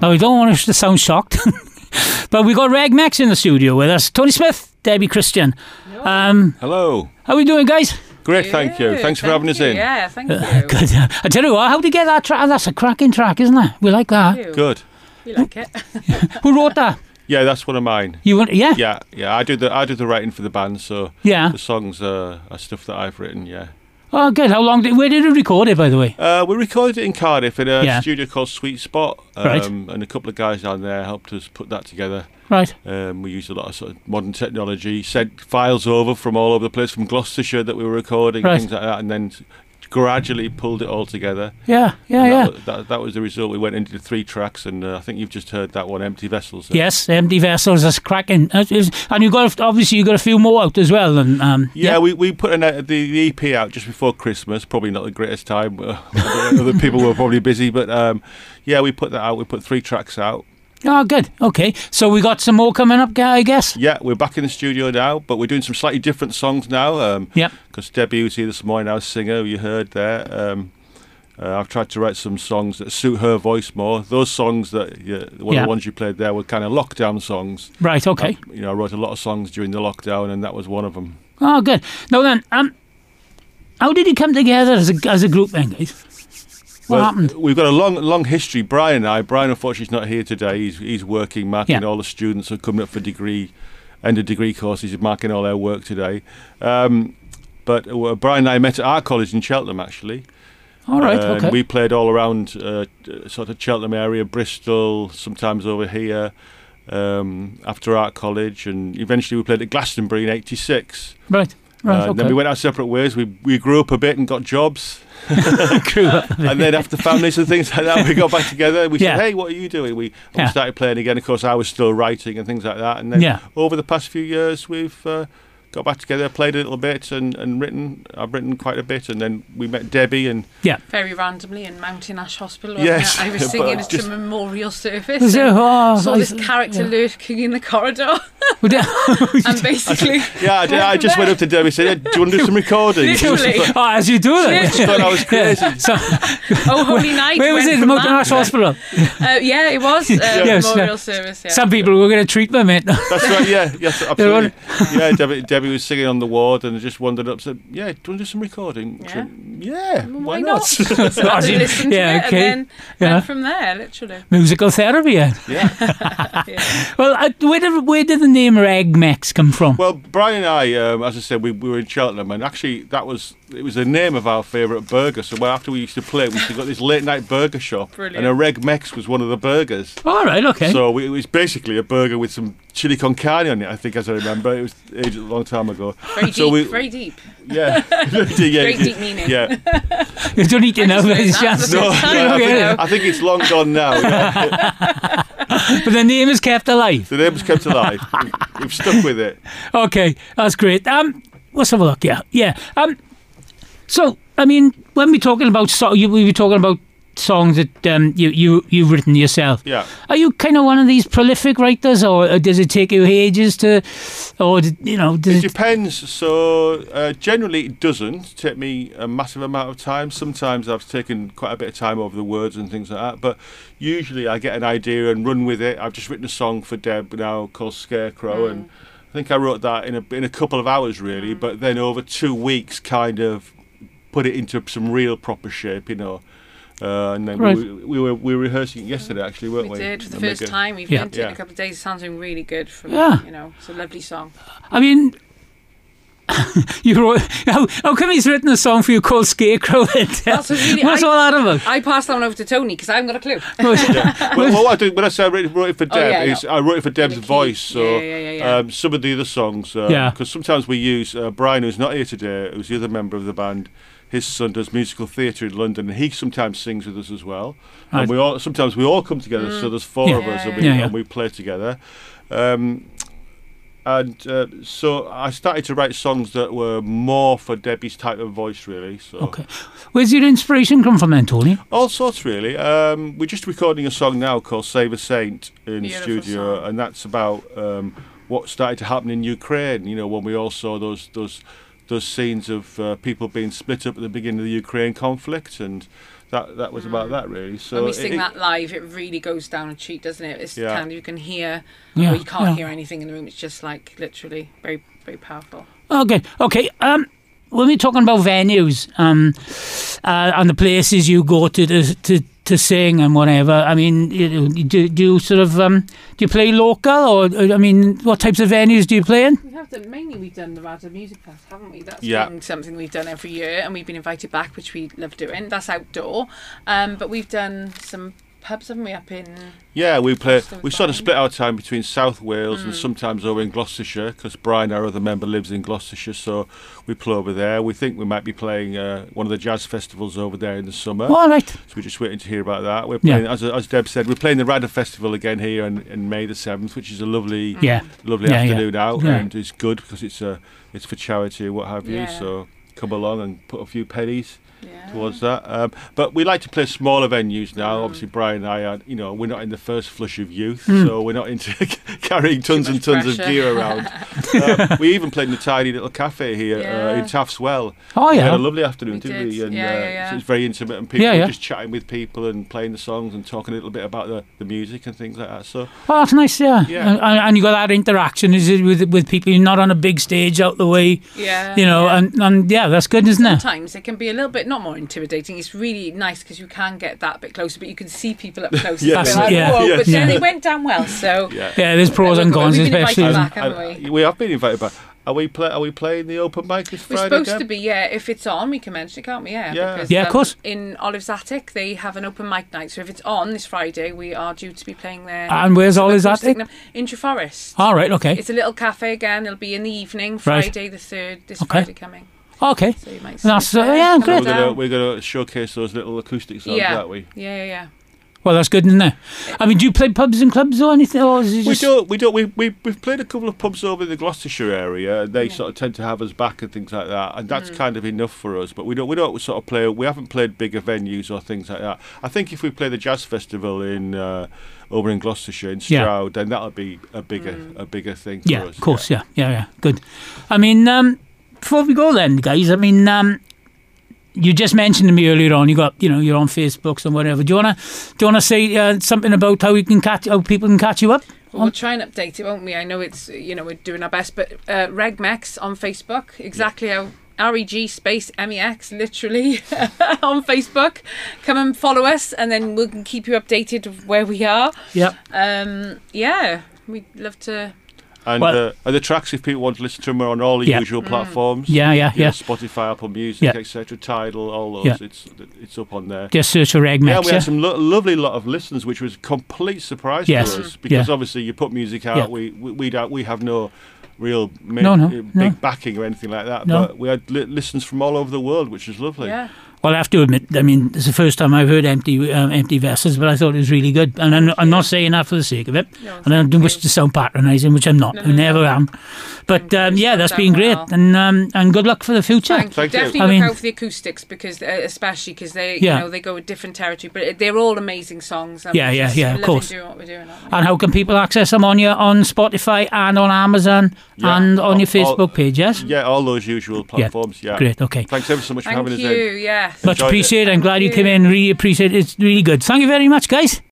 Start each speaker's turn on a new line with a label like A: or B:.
A: Now, we don't want to sound shocked, but we got Reg Max in the studio with us. Tony Smith, Debbie Christian. Um,
B: Hello.
A: how we doing, guys?
B: Great, thank you. Thanks for having us in.
C: Yeah, thank you.
A: Good. I tell you what, how'd you get that track? That's a cracking track, isn't it? We like that.
B: Good.
C: You like it?
A: Who wrote that?
B: Yeah, that's one of mine.
A: You want? Yeah.
B: Yeah, yeah. I do the I do the writing for the band, so
A: Yeah.
B: the songs are, are stuff that I've written. Yeah.
A: Oh, good. How long? Did, where did you record it, by the way?
B: Uh, we recorded it in Cardiff in a
A: Yeah.
B: studio called Sweet Spot, um,
A: Right.
B: and a couple of guys down there helped us put that together.
A: Right.
B: Um, we used a lot of sort of modern technology, sent files over from all over the place, from Gloucestershire that we were recording,
A: Right.
B: things like that, and then s- gradually pulled it all together.
A: Yeah. Yeah.
B: And
A: Yeah.
B: That, wa- that, that was the result. We went into three tracks, and uh, I think you've just heard that one, Empty Vessels. there.
A: Yes, empty vessels. That's cracking. That's- is- And you got obviously you got a few more out as well. And um,
B: Yeah, we, we put an, uh, the, the EP out just before Christmas. Probably not the greatest time. Other people were probably busy, but um, yeah, we put that out. We put three tracks out.
A: Oh, good. Okay. So we got some more coming up, gu- I guess.
B: Yeah, we're back in the studio now, but we're doing some slightly different songs now. Um,
A: Yep.
B: Because Debbie was here this morning, our singer, who you heard there. Um, uh, I've tried to write some songs that suit her voice more. Those songs that yeah, one of
A: Yeah.
B: the ones you played there were kind of lockdown songs.
A: Right. Okay.
B: I, you know, I wrote a lot of songs during the lockdown, and that was one of them.
A: Oh, good. Now then, um, how did you come together as a as a group then, guys? What
B: Well,
A: happened?
B: We've got a long, long history. Brian and I. Brian, unfortunately, is not here today. He's he's working, marking
A: Yeah.
B: all the students who are coming up for degree, end of degree courses. He's marking all their work today. Um, but uh, Brian and I met at our college in Cheltenham, actually.
A: All right.
B: And
A: okay.
B: Uh, We played all around uh, t- sort of Cheltenham area, Bristol, sometimes over here um, after art college, and eventually we played at Glastonbury in '86.
A: right. Right.
B: Uh,
A: okay.
B: Then we went our separate ways. We we grew up a bit and got jobs
A: Grew up.
B: and then after families and things like that, we got back together. We
A: Yeah.
B: said, "Hey, what are you doing?" We, and we
A: Yeah.
B: started playing again. Of course, I was still writing and things like that. And then
A: Yeah.
B: over the past few years, we've uh, got back together, played a little bit, and, and written. I've written quite a bit, and then we met Debbie, and
A: yeah.
C: Very randomly in Mountain Ash Hospital.
B: Yes,
C: Yes, I was singing
B: but
C: at
B: just-
C: a memorial service.
A: Was there-
C: and
A: oh,
C: saw
A: I-
C: this character lurking in the corridor,
A: We did-
C: and basically,
B: yeah, I, did, I just went up to Debbie and said, "Yeah, "Do you want to do some recordings?"
C: Literally.
B: She
A: oh, as you do that.
B: thought I was crazy.
A: So,
C: oh holy night.
A: where was
C: went
A: it? The
C: from
A: Mountain
C: that.
A: Ash Hospital.
C: Uh, yeah, it was uh,
A: Yes, yeah.
C: memorial service. Yeah.
A: Some people were going to treat eh? me, mate.
B: That's right. Yeah, yes, absolutely. Yeah, Debbie, Debbie was singing on the ward, and just wandered up, said, "Yeah, do you want to do some recording?" She
C: Yeah.
B: went, yeah why,
C: Why
B: not?
C: not? so I had to listen to
A: Yeah,
C: it,
A: okay.
C: and then
A: Yeah.
C: went from there, literally.
A: Musical therapy. Yeah.
B: yeah.
C: Yeah.
A: Well, uh, where did where did the name Reg Max come from?
B: Well, Brian and I, um, as I said, we, we were in Cheltenham, and actually that was it was the name of our favourite burger. So well, after we used to play, we used to go to this late night burger shop,
C: Brilliant.
B: and a Reg Mex was one of the burgers.
A: All right. Okay.
B: So we, it was basically a burger with some chili con carne on it. I think, as I remember, it was ages- a long time ago.
C: Very deep,
B: So we-
C: very deep.
B: Yeah, yeah,
C: Very
B: yeah,
C: deep meaning.
B: yeah.
A: you don't need to
C: I
A: know
C: just
A: by
C: learned
A: any
C: that
A: chance.
C: the
B: No,
C: first time.
B: I,
A: Yeah.
B: think, I think it's long gone now. Yeah.
A: But the name is kept alive.
B: The name was kept alive. We've, we've stuck with it.
A: Okay, that's great. Um, let's have a look. Yeah, yeah. Um, so I mean, when we're talking about so, you, we were talking about songs that um you you you've written yourself.
B: Yeah.
A: Are you kind of one of these prolific writers, or, or does it take you ages to, or did, you know, does
B: It
A: it,
B: depends. So uh, generally, it doesn't take me a massive amount of time. Sometimes I've taken quite a bit of time over the words and things like that. But usually, I get an idea and run with it. I've just written a song for Deb now called Scarecrow,
C: Hmm.
B: and I think I wrote that in a in a couple of hours really. But then over two weeks, kind of put it into some real proper shape, you know. Uh, and then
A: Right.
B: we, we were we were rehearsing it yesterday, actually, weren't we?
C: We did for the
B: And we
C: first
B: go-
C: time. We've
A: Yeah.
C: been to it in
B: Yeah.
C: a couple of days. It sounds doing really good. From
A: Yeah.
C: you know, it's a lovely song.
A: I mean. you wrote, how, how come he's written a song for you called Scarecrow? then?
C: That's a really-
A: What's
C: I-
A: all that about?
C: I passed that one over to Tony because I haven't got a clue.
B: well, well, what I do when I say I wrote, wrote it for Deb,
C: Oh, yeah, yeah.
B: is I wrote it for Deb's
C: the key.
B: voice. So
C: Yeah, yeah, yeah, yeah.
B: Um, some of the other songs, because
A: Yeah.
B: sometimes we use uh, Brian, who's not here today, who's the other member of the band. His son does musical theatre in London, and he sometimes sings with us as well.
A: Right.
B: And we all sometimes we all come together. So there's four
A: Yeah.
B: of us, and
C: Mm. Yeah,
B: we,
A: yeah, yeah.
B: and we play together. Um, and uh, so I started to write songs that were more for Debbie's type of voice, really. So
A: Okay. Where's your inspiration come from then, Tony?
B: all sorts, really. Um, we're just recording a song now called Save a Saint in the
C: Beautiful
B: studio,
C: song.
B: and that's about um, what started to happen in Ukraine. You know, when we all saw those those those scenes of uh, people being split up at the beginning of the Ukraine conflict, and that that was about that really. So
C: when Mm. we
B: it-
C: sing
B: it-
C: that live, it really goes down a cheat, doesn't it? It's
B: Yeah.
C: kind of you can hear,
A: Yeah,
C: or you can't
A: yeah.
C: hear anything in the room. It's just like literally very, very powerful.
A: Okay, okay. Um, when we're talking about venues, um, uh, and the places you go to to to, to sing and whatever, I mean, you know, do do you sort of um, do you play local or I mean, what types of venues do you play in?
C: We have done mainly we've done the Radda Music Fest, haven't we? That's
B: Yeah.
C: been something we've done every year, and we've been invited back, which we love doing. That's outdoor, um, but we've done some pubs, haven't we? Up in
B: Yeah, we play.
C: Still
B: We sort of
C: fine.
B: split our time between South Wales
C: Mm.
B: and sometimes over in Gloucestershire because Brian, our other member, lives in Gloucestershire, so we play over there. We think we might be playing uh, one of the jazz festivals over there in the summer.
A: All right.
B: So we're just waiting to hear about that. We're
A: Yeah.
B: playing, as, as Deb said, we're playing the Radda Festival again here in, in May the seventh, which is a lovely,
C: Mm.
A: Yeah.
B: lovely
A: Yeah, yeah.
B: afternoon out,
A: Yeah.
B: and it's good because it's uh, it's for charity and what have you.
C: Yeah.
B: So come along and put a few pennies
C: yeah. Mm.
B: towards that. Um, but we like to play smaller venues now. Obviously, Brian and I are, you know, we're not in the first flush of youth,
A: Hmm.
B: so we're not into carrying tons and
C: much
B: tons of
C: pressure.
B: gear around. um, we even played in a tiny little cafe here uh,
C: Yeah.
B: in Taft's Well.
A: Oh
B: We had
A: yeah.
B: a lovely afternoon,
C: We
B: didn't
C: did.
B: we? And
C: Yeah,
B: uh,
C: yeah, yeah.
B: it was very intimate, and people
A: Yeah, yeah.
B: were just chatting with people and playing the songs and talking a little bit about the, the music and things like that. So
A: Oh, that's nice. Yeah.
B: Yeah.
A: And, and you got that interaction is it with with people you're not on a big stage out the way,
C: yeah,
A: you know,
C: yeah.
A: and and yeah, that's good, isn't it?
C: Sometimes it can be a little bit not more intimidating. It's really nice because you can get that bit closer, but you can see people up close.
B: Yes.
C: and be like,
A: Yeah.
C: Whoa.
B: Yes.
C: But then
A: Yeah.
C: they went down well, so
B: yeah.
A: Yeah, there's pros
C: Yeah,
A: and
C: we've
A: cons,
C: been invited
A: especially.
C: back, haven't
B: And,
C: we?
B: uh, we have been invited back. Are we play? Are we playing the open mic this
C: We're
B: Friday?
C: supposed
B: Deb?
C: to be, yeah. If it's on, we can mention it, can't we? Yeah. um,
B: Yeah.
A: Yeah, of course.
C: In Olive's Attic, they have an open mic night. So if it's on this Friday, we are due to be playing there.
A: And where's Ollie's Attic?
C: In Treforest.
A: All right. Okay.
C: It's a little cafe again. It'll be in the evening,
A: Right.
C: Friday the 3rd, this
A: Okay.
C: Friday coming.
A: Okay.
C: So you might see
A: That's,
C: us
A: uh,
C: there.
A: yeah,
C: Come
A: great.
B: So
C: on
B: we're gonna
C: down.
B: we're gonna showcase those little acoustic songs,
C: yeah.
B: aren't we?
C: yeah, yeah, yeah.
A: Well, that's good, isn't it? I mean, do you play pubs and clubs or anything, or is it
B: We
A: just?
B: don't. We don't. We, we we've played a couple of pubs over in the Gloucestershire area. and They
C: Yeah.
B: sort of tend to have us back and things like that, and
A: Mm.
B: that's kind of enough for us. But we don't. We don't sort of play. We haven't played bigger venues or things like that. I think if we play the jazz festival in uh, over in Gloucestershire in
A: Yeah. Mm.
B: Stroud, then that'll be a bigger a bigger thing.
A: Yeah,
B: for us.
A: of course. Yeah. yeah, yeah, Good. I mean, um, before we go, then, guys. I mean, um, you just mentioned to me earlier on. You got, you know, you're on Facebooks and whatever. Do you wanna, do you wanna say uh, something about how you can catch, how people can catch you up?
C: Well, we'll try and update it, won't we? I know it's you know we're doing our best, but uh, Regmex on Facebook, exactly how reg space mex literally on Facebook. Come and follow us, and then we can keep you updated of where we are.
A: Yeah.
C: Um, yeah, we'd love to.
B: And
A: Well-
B: uh, and the tracks, if people want to listen to them, are on all the
A: Yeah. Mm.
B: usual platforms.
A: Yeah, yeah,
B: You know,
A: yeah.
B: Spotify, Apple Music,
A: Yeah.
B: etc. Tidal, all those.
A: Yeah.
B: It's it's up on there.
A: Just search for Egg
B: Yeah,
A: Mix.
B: we had
A: Yeah.
B: some lo- lovely lot of listeners, which was a complete surprise
A: Yes.
B: to us because
A: Yeah.
B: obviously you put music out,
A: Yeah.
B: we we we, don't, we have no real ma-
A: No, no, no.
B: uh, big backing or anything like that.
A: No.
B: But we had li- listens from all over the world, which was lovely.
C: Yeah,
A: Well, I have to admit. I mean, it's the first time I've heard empty, um, empty vessels, but I thought it was really good. And I'm, I'm not saying that for the sake of it.
C: No,
A: and I don't
C: thank
A: wish
C: you.
A: to sound patronising, which I'm not.
C: No,
A: I
C: no,
A: never
C: no.
A: am. But
C: Thank you.
A: um,
C: You've
A: yeah,
C: done
A: that's been
C: that
A: great,
C: well.
A: and um, and good luck for the future.
C: Thank you.
B: Thank you.
C: Definitely
A: I
C: look
A: mean-
C: out for the acoustics because, uh, especially because they,
A: Yeah.
C: you know, they go a different territory. But they're all amazing songs. and
A: Yeah,
C: we're
A: yeah,
C: just
A: yeah, of
C: loving
A: course.
C: Doing what we're doing. aren't we?
A: And how can people access them on your on Spotify and on Amazon
B: Yeah.
A: and on your
B: All- all-
A: Facebook page? Yes.
B: Yeah, all those usual platforms. Yeah,
A: Great. Okay.
B: Thanks ever so much for
C: Thank
B: having us
C: you.
B: in.
C: Yes.
A: Much
B: Enjoyed it.
A: appreciated. I'm glad you
C: Thank
A: came
C: you.
A: in. Really appreciate it. It's really good. Thank you very much, guys.